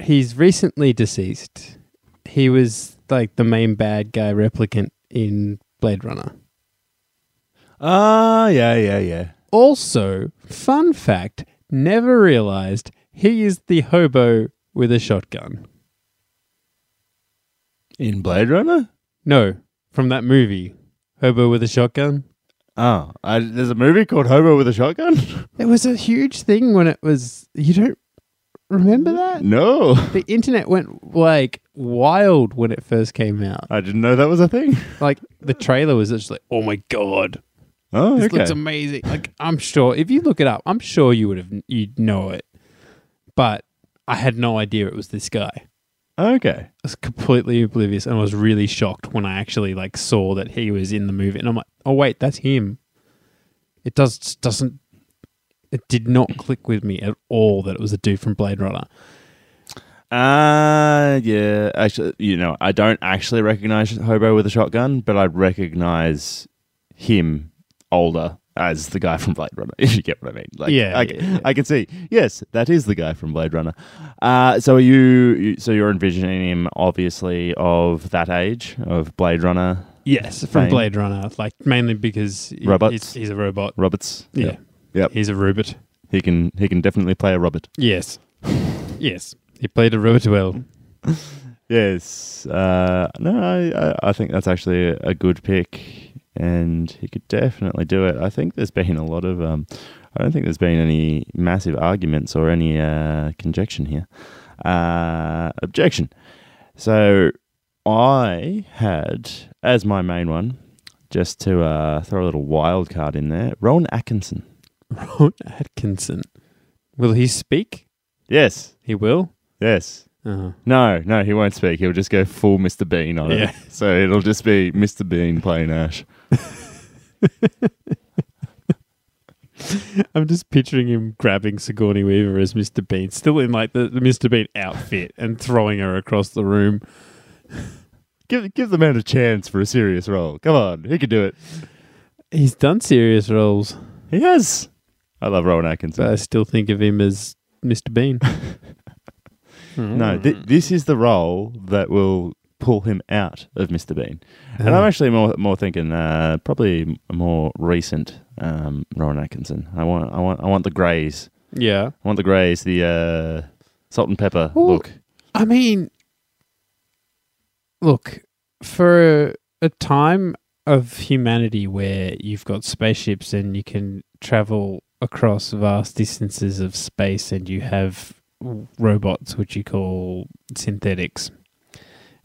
S1: he's recently deceased. He was like the main bad guy replicant in Blade Runner.
S2: Ah, yeah, yeah, yeah.
S1: Also, fun fact, never realized he is the hobo with a shotgun.
S2: In Blade Runner?
S1: No, from that movie, Hobo with a Shotgun.
S2: Oh, I, there's a movie called Hobo with a Shotgun?
S1: It was a huge thing when it was. You don't remember that?
S2: no.
S1: The internet went like wild when it first came out.
S2: I didn't know that was a thing.
S1: Like the trailer was just like, oh my god,
S2: Oh,
S1: this
S2: okay.
S1: looks amazing. Like I'm sure if you look it up, I'm sure you would have you'd know it. But I had no idea it was this guy.
S2: okay.
S1: I was completely oblivious and I was really shocked when I actually like saw that he was in the movie and I'm like, oh wait, that's him. It does doesn't it did not click with me at all that it was a dude from Blade Runner.
S2: Uh, yeah. Actually, you know, I don't actually recognize Hobo with a Shotgun, but I recognize him older as the guy from Blade Runner, [LAUGHS] if you get what I mean. Like,
S1: Yeah,
S2: I,
S1: yeah, yeah.
S2: I can see. Yes, that is the guy from Blade Runner. Uh, so are you, you, so you're envisioning him obviously of that age, of Blade Runner
S1: Yes, from
S2: Fame.
S1: Blade Runner, like mainly because he-
S2: Robots.
S1: He's, he's a robot.
S2: Roberts?
S1: Yeah.
S2: Yep. Yep.
S1: He's a robot.
S2: He can, he can definitely play a Robert. [SIGHS]
S1: Yes. yes. He played a robot well.
S2: Yes. Uh, no, I, I, I think that's actually a, a good pick, and he could definitely do it. I think there's been a lot of. Um, I don't think there's been any massive arguments or any uh, conjecture here. Uh, objection. So I had as my main one, just to uh, throw a little wild card in there, Rowan Atkinson.
S1: Ron Atkinson. Will he speak?
S2: Yes.
S1: He will?
S2: Yes.
S1: Uh-huh.
S2: No, no, he won't speak. He'll just go full Mr. Bean on
S1: Yeah.
S2: it. [LAUGHS] So it'll just be Mr. Bean playing uh, Ash.
S1: [LAUGHS] I'm just picturing him grabbing Sigourney Weaver as Mr. Bean, still in like the, the Mr. Bean outfit, and throwing her across the room.
S2: Give give the man a chance for a serious role. Come on, he could do it.
S1: He's done serious roles,
S2: He has. I love Rowan Atkinson.
S1: but I still think of him as Mr. Bean.
S2: [LAUGHS] no, th- this is the role that will pull him out of Mr. Bean. And
S1: Uh-huh.
S2: I'm actually more more thinking uh, probably a more recent um, Rowan Atkinson. I want I want I want the greys.
S1: yeah.
S2: I want the greys. The uh, salt and pepper
S1: Well,
S2: look.
S1: I mean, look, for a time of humanity where you've got spaceships and you can travel across vast distances of space and you have robots, which you call synthetics,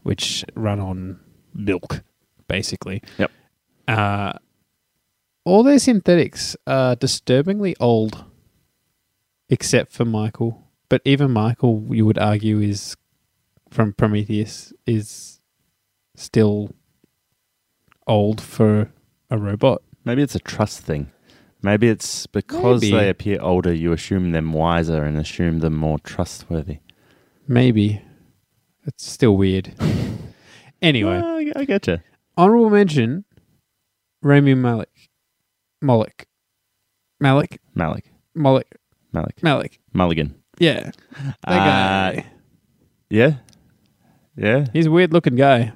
S1: which run on milk, basically.
S2: Yep.
S1: Uh, all their synthetics are disturbingly old, except for Michael. But even Michael, you would argue, is from Prometheus is still old for a robot.
S2: Maybe it's a trust thing. Maybe it's because
S1: Maybe.
S2: they appear older, you assume them wiser and assume them more trustworthy.
S1: Maybe it's still weird. [LAUGHS] anyway,
S2: [LAUGHS] Well, Ah, I, I getcha.
S1: honorable mention: Rami Malik, Malik, Malik,
S2: Malik.
S1: Malik,
S2: Malik.
S1: Malik.
S2: Mulligan.
S1: Yeah, that
S2: Uh,
S1: guy.
S2: Yeah? Yeah?
S1: He's a weird looking guy.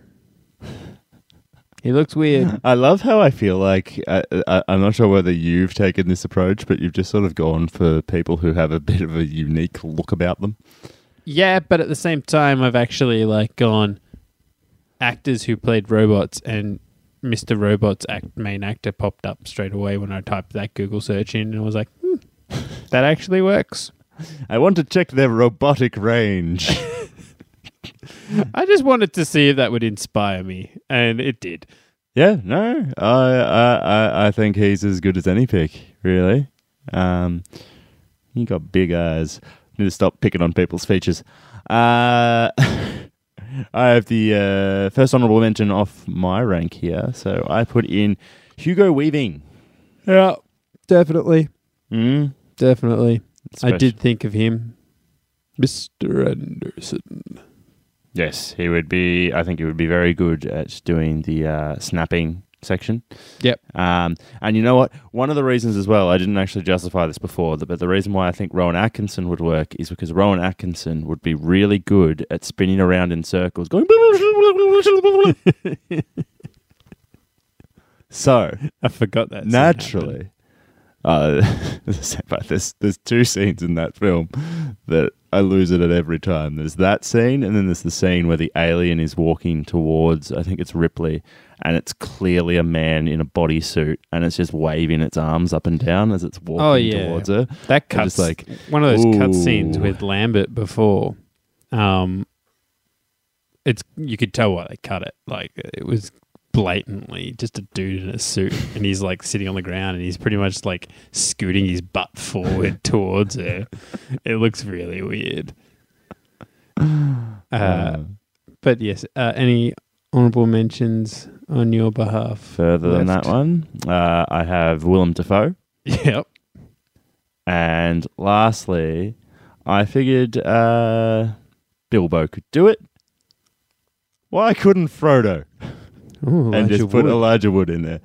S1: He looks
S2: [LAUGHS]
S1: weird.
S2: I love how I feel like I, I, I'm not sure whether you've taken this approach, but you've just sort of gone for people who have a bit of a unique look about them.
S1: yeah, but at the same time, I've actually like gone actors who played robots and Mr. Robot's act main actor popped up straight away when I typed that Google search in, and I was like, hmm, that actually works.
S2: I want to check their robotic range.
S1: I just wanted to see if that would inspire me, and it did.
S2: Yeah, no, I, I, I, I think he's as good as any pick, really. Um, he got big eyes. Need to stop picking on people's features. Uh, [LAUGHS] I have the uh, first honourable mention off my rank here, so I put in Hugo Weaving.
S1: Yeah, definitely,
S2: Mm,
S1: definitely. I
S2: special.
S1: did think of him, Mr. Anderson.
S2: Yes, he would be. I think he would be very good at doing the uh, snapping section.
S1: Yep.
S2: Um, and you know what? One of the reasons as well, I didn't actually justify this before, th- but the reason why I think Rowan Atkinson would work is because Rowan Atkinson would be really good at spinning around in circles, going. [LAUGHS] so
S1: I forgot that. scene happened.
S2: naturally, Uh, [LAUGHS] there's there's two scenes in that film that I lose it at every time. There's that scene, and then there's the scene where the alien is walking towards. I think it's Ripley, and it's clearly a man in a bodysuit, and it's just waving its arms up and down as it's walking
S1: Oh, yeah.
S2: towards her.
S1: That
S2: I'm
S1: cuts
S2: just
S1: like one of those cut scenes
S2: Ooh.
S1: with Lambert before. Um, it's you could tell why they cut it. Like it was blatantly just a dude in a suit, and he's like sitting on the ground, and he's pretty much like scooting his butt forward [LAUGHS] towards her. It looks really weird.
S2: Um,
S1: Uh, but yes, uh, any honourable mentions on your behalf?
S2: further than that
S1: left.
S2: one, uh, I have Willem Dafoe.
S1: Yep.
S2: And lastly, I figured uh, Bilbo could do it. Why couldn't Frodo?
S1: Ooh,
S2: and
S1: Elijah
S2: just put
S1: Wood.
S2: Elijah Wood in there.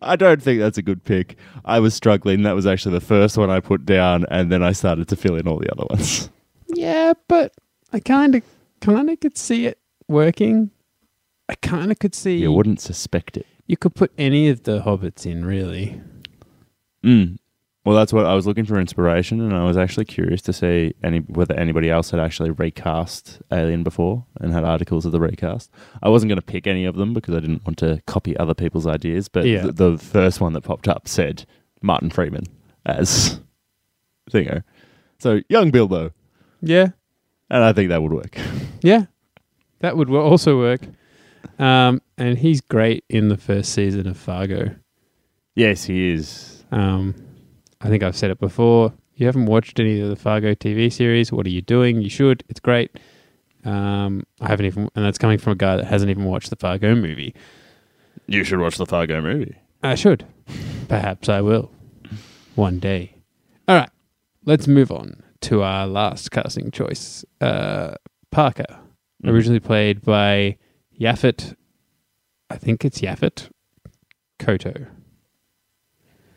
S2: I don't think that's a good pick. I was struggling. That was actually the first one I put down, and then I started to fill in all the other
S1: [LAUGHS]
S2: ones.
S1: Yeah, but I kind of kind of could see it working. I kind of could see
S2: You wouldn't suspect it.
S1: you could put any of the hobbits in, really.
S2: Mm. Well, that's what I was looking for inspiration, and I was actually curious to see any whether anybody else had actually recast Alien before and had articles of the recast. I wasn't going to pick any of them because I didn't want to copy other people's ideas, but
S1: Yeah.
S2: th- the first one that popped up said Martin Freeman as Thingo. So, young Bilbo,
S1: Yeah,
S2: and I think that would work.
S1: yeah, that would wo- also work. Um, and he's great in the first season of Fargo.
S2: Yes, he is.
S1: Um, I think I've said it before. If you haven't watched any of the Fargo TV series, what are you doing? You should. It's great. Um, I haven't even, and that's coming from a guy that hasn't even watched the Fargo movie.
S2: You should watch the Fargo movie.
S1: I should. Perhaps I will. One day. All right. Let's move on to our last casting choice. Uh, Parker,
S2: Mhm.
S1: originally played by Yafet. I think it's Yafet Koto.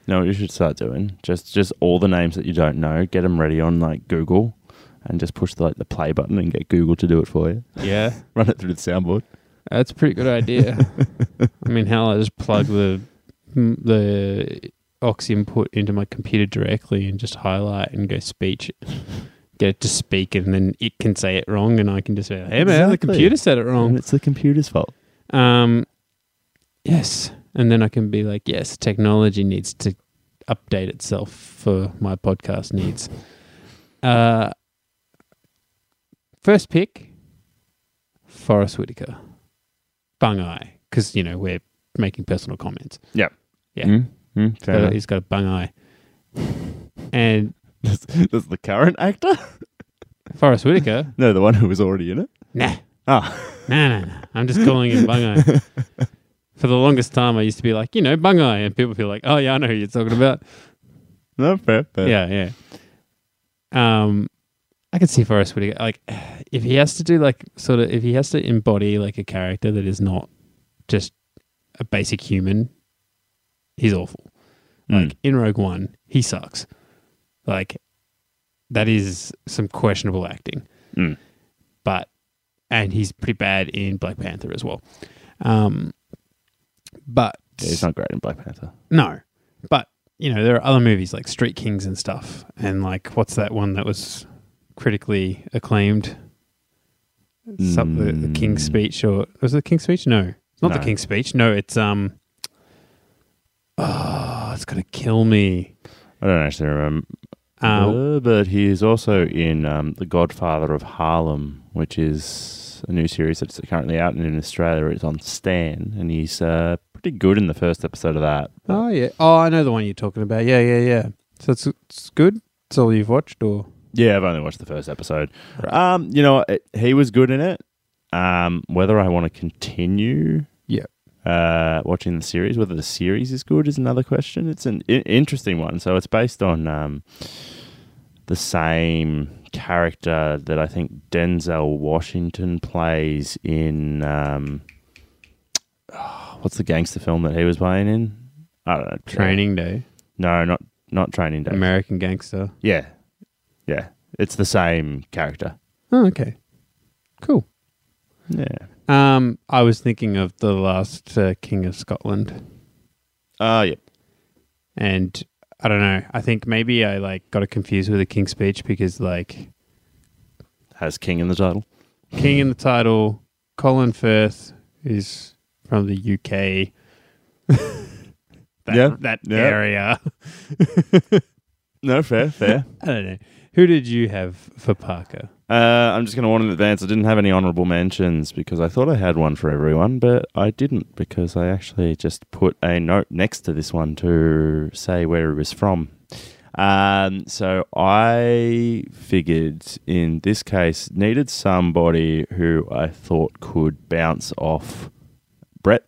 S2: No, what you should start doing just just all the names that you don't know. Get them ready on like Google, and just push the, like the play button and get Google to do it for you.
S1: Yeah.
S2: [LAUGHS] Run it through the soundboard.
S1: That's a pretty good idea. I mean, hell, I just plug the the aux input into my computer directly and just highlight and go speech, get it to speak, and then it can say it wrong, and I can just say, "Hey, man, the
S2: Exactly.
S1: computer said it wrong."
S2: And it's the computer's fault.
S1: Um, yes, and then I can be like, yes, technology needs to update itself for my podcast needs. Uh, first pick, Forrest Whitaker, bung eye, because you know we're making personal comments. Yeah.
S2: Mm? Mm,
S1: He's
S2: fair
S1: got a-
S2: enough.
S1: he's got a bung eye, and
S2: That's,
S1: [LAUGHS]
S2: that's the current actor.
S1: Forrest
S2: [LAUGHS]
S1: Whitaker,
S2: No, the one who was already in it.
S1: nah,
S2: Ah,
S1: nah, nah, nah. I'm just calling him bung
S2: [LAUGHS]
S1: eye. For the longest time, I used to be like, you know, bung eye, and people feel like, oh yeah, I know who you're talking about.
S2: no, fair, fair.
S1: yeah, yeah. Um, I could see Forrest Whitaker like [SIGHS] if he has to do like sort of if he has to embody like a character that is not just a basic human, he's awful.
S2: Mm.
S1: Like in Rogue One, he sucks. Like that is some questionable acting,
S2: Mm.
S1: but and he's pretty bad in Black Panther as well. Um, but
S2: Yeah, he's not great in Black Panther.
S1: no, but you know there are other movies like Street Kings and stuff, and like what's that one that was critically acclaimed? Some- the- the King's
S2: Mm.
S1: Speech or was it the King's Speech? No, it's not the
S2: No.
S1: King's Speech. No, it's um. Oh, it's gonna kill me.
S2: I don't actually remember.
S1: Um,
S2: Uh, but he is also in um, The Godfather of Harlem, which is a new series that's currently out in Australia. It's on Stan, and he's uh, pretty good in the first episode of that.
S1: oh yeah. Oh, I know the one you're talking about. Yeah, yeah, yeah. So it's it's good. It's all you've watched, or
S2: Yeah, I've only watched the first episode. Um, you know, it, he was good in it. Um, whether I want to continue,
S1: Yeah.
S2: uh, watching the series, whether the series is good is another question. It's an I- interesting one. So it's based on um, the same character that I think Denzel Washington plays in. Um, oh, what's the gangster film that he was playing in? I don't know.
S1: Training Day,
S2: No, not not Training Day.
S1: American Gangster.
S2: Yeah. Yeah. It's the same character.
S1: Oh, okay, cool.
S2: Yeah.
S1: Um, I was thinking of the last uh, King of Scotland.
S2: Uh yeah.
S1: and I don't know. I think maybe I like got it confused with a King's Speech because like
S2: Has King in the title.
S1: King in the title, Colin Firth is from the UK. [LAUGHS] that,
S2: Yeah,
S1: that
S2: yeah.
S1: area. [LAUGHS]
S2: No, fair, fair.
S1: I don't know. Who did you have for Parker?
S2: uh, I'm just going to warn in advance. I didn't have any honourable mentions because I thought I had one for everyone, but I didn't because I actually just put a note next to this one to say where it was from. Um, so I figured in this case needed somebody who I thought could bounce off Brett.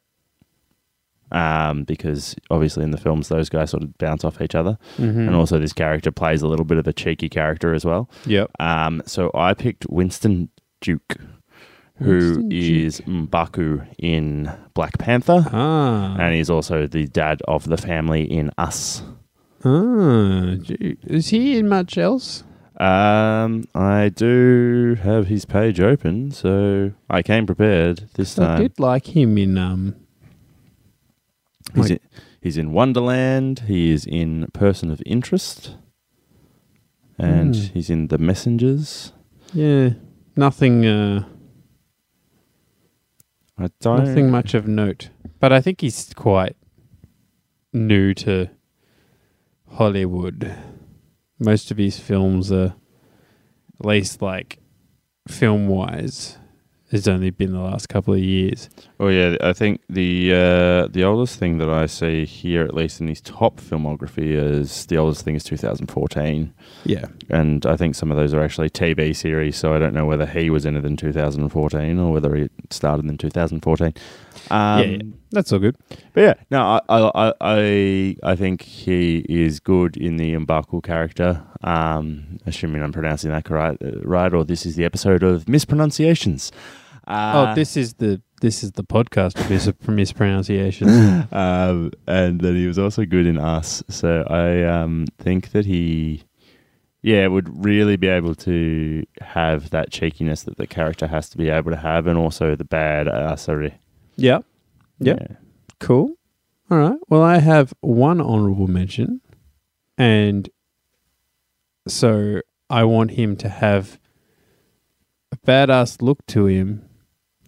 S2: Um, because obviously in the films those guys sort of bounce off each other.
S1: Mm-hmm.
S2: and also this character plays a little bit of a cheeky character as well.
S1: yep.
S2: Um, so I picked Winston Duke, who
S1: Winston
S2: is Mbaku in Black Panther,
S1: Ah.
S2: and he's also the dad of the family in Us.
S1: Ah, gee. is he in much else?
S2: Um, I do have his page open, so I came prepared this
S1: I
S2: time.
S1: did like him in um.
S2: He's
S1: like-
S2: in, he's in Wonderland. He is in Person of Interest, and
S1: Hmm.
S2: he's in The Messengers.
S1: Yeah, nothing. Uh,
S2: I don't
S1: nothing much of note. But I think he's quite new to Hollywood. Most of his films are, at least like film wise, has only been the last couple of years.
S2: Oh yeah, I think the uh, the oldest thing that I see here, at least in his top filmography, is the oldest thing is 2014,
S1: Yeah.
S2: and I think some of those are actually TV series. So I don't know whether he was in it in 2014 or whether it started in 2014. Um,
S1: yeah. That's all good.
S2: But yeah, no, I I, I- I I think he is good in the Mbaku character. Um, assuming I'm pronouncing that correct, uh, right? Or this is the episode of mispronunciations. Uh,
S1: oh, this is the this is the podcast of mis- mispronunciations.
S2: um, and then he was also good in Us. So I um, think that he, yeah, would really be able to have that cheekiness that the character has to be able to have, and also the bad assery.
S1: yeah. Yep.
S2: Yeah.
S1: Cool. All right. Well, I have one honorable mention, and so I want him to have a badass look to him.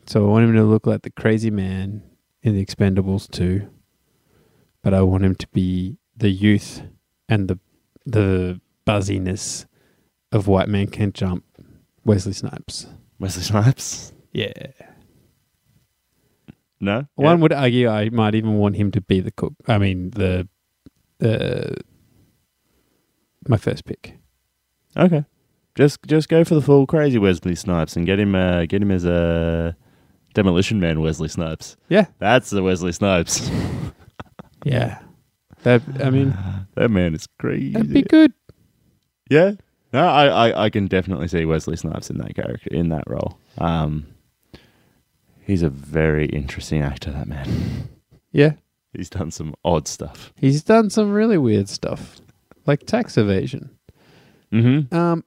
S1: So I want him to look like the crazy man in the Expendables 2, but I want him to be the youth and the the buzziness of White Man Can't Jump, Wesley Snipes.
S2: Wesley Snipes.
S1: Yeah.
S2: No,
S1: One would argue I might even want him to be the cook. I mean, the uh, my first pick.
S2: Yeah. Okay. Just just go for the full crazy Wesley Snipes and get him uh, get him as a demolition man Wesley Snipes.
S1: Yeah,
S2: That's the Wesley Snipes. [LAUGHS]
S1: yeah. That I mean,
S2: that man is crazy.
S1: that'd be good.
S2: Yeah. No, I, I, I can definitely see Wesley Snipes in that character in that role. Um, he's a very interesting actor, that man.
S1: Yeah,
S2: he's done some odd stuff.
S1: he's done some really weird stuff, like tax evasion.
S2: Mm-hmm.
S1: Um,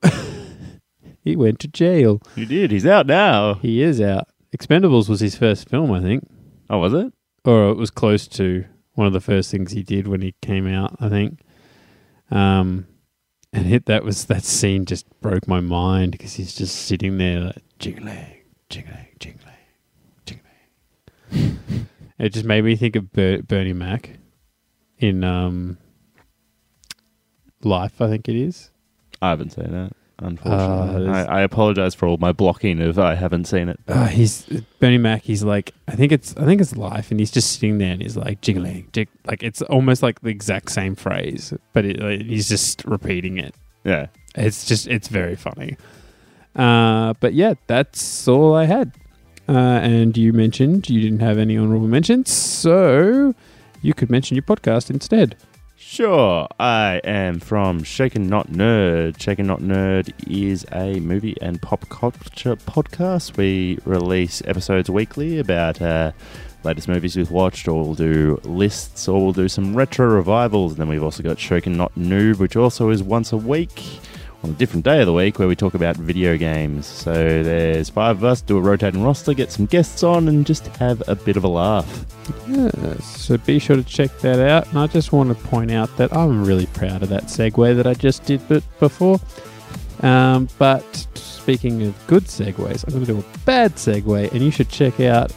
S1: [LAUGHS] he went to jail.
S2: You did. He's out now.
S1: He is out. Expendables was his first film, I think,
S2: Oh, was it?
S1: or it was close to one of the first things he did when he came out. I think. Um, and it, that was that scene just broke my mind because he's just sitting there like jingling, jingling, jingling, jingling. it just made me think of Ber- Bernie Mac in um, Life, I think it is.
S2: I haven't seen it,
S1: Ah,
S2: unfortunately.
S1: there's-
S2: I, I apologize for all my blocking of I haven't seen it.
S1: Uh, he's Bernie Mac. He's like, I think it's, I think it's life, and he's just sitting there and he's like jiggling, jig, like it's almost like the exact same phrase, but it, like, he's just repeating it.
S2: Yeah.
S1: It's just it's very funny. Uh, but yeah, that's all I had. Uh, and you mentioned you didn't have any honorable mentions, so you could mention your podcast instead.
S2: Sure, I am from Shaken Not Nerd. Shaken Not Nerd is a movie and pop culture podcast. We release episodes weekly about uh, latest movies we've watched, or we'll do lists, or we'll do some retro revivals. And then we've also got Shaken Not Noob, which also is once a week. on a different day of the week where we talk about video games. So there's five of us, do a rotating roster, get some guests on, and just have a bit of a laugh.
S1: Yeah, so be sure to check that out. And I just want to point out that I'm really proud of that segue that I just did b- before. Um, but speaking of good segues, I'm going to do a bad segue, and you should check out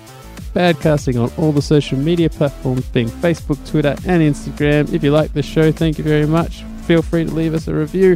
S1: Badcasting on all the social media platforms, being Facebook, Twitter, and Instagram. If you like the show, thank you very much. Feel free to leave us a review,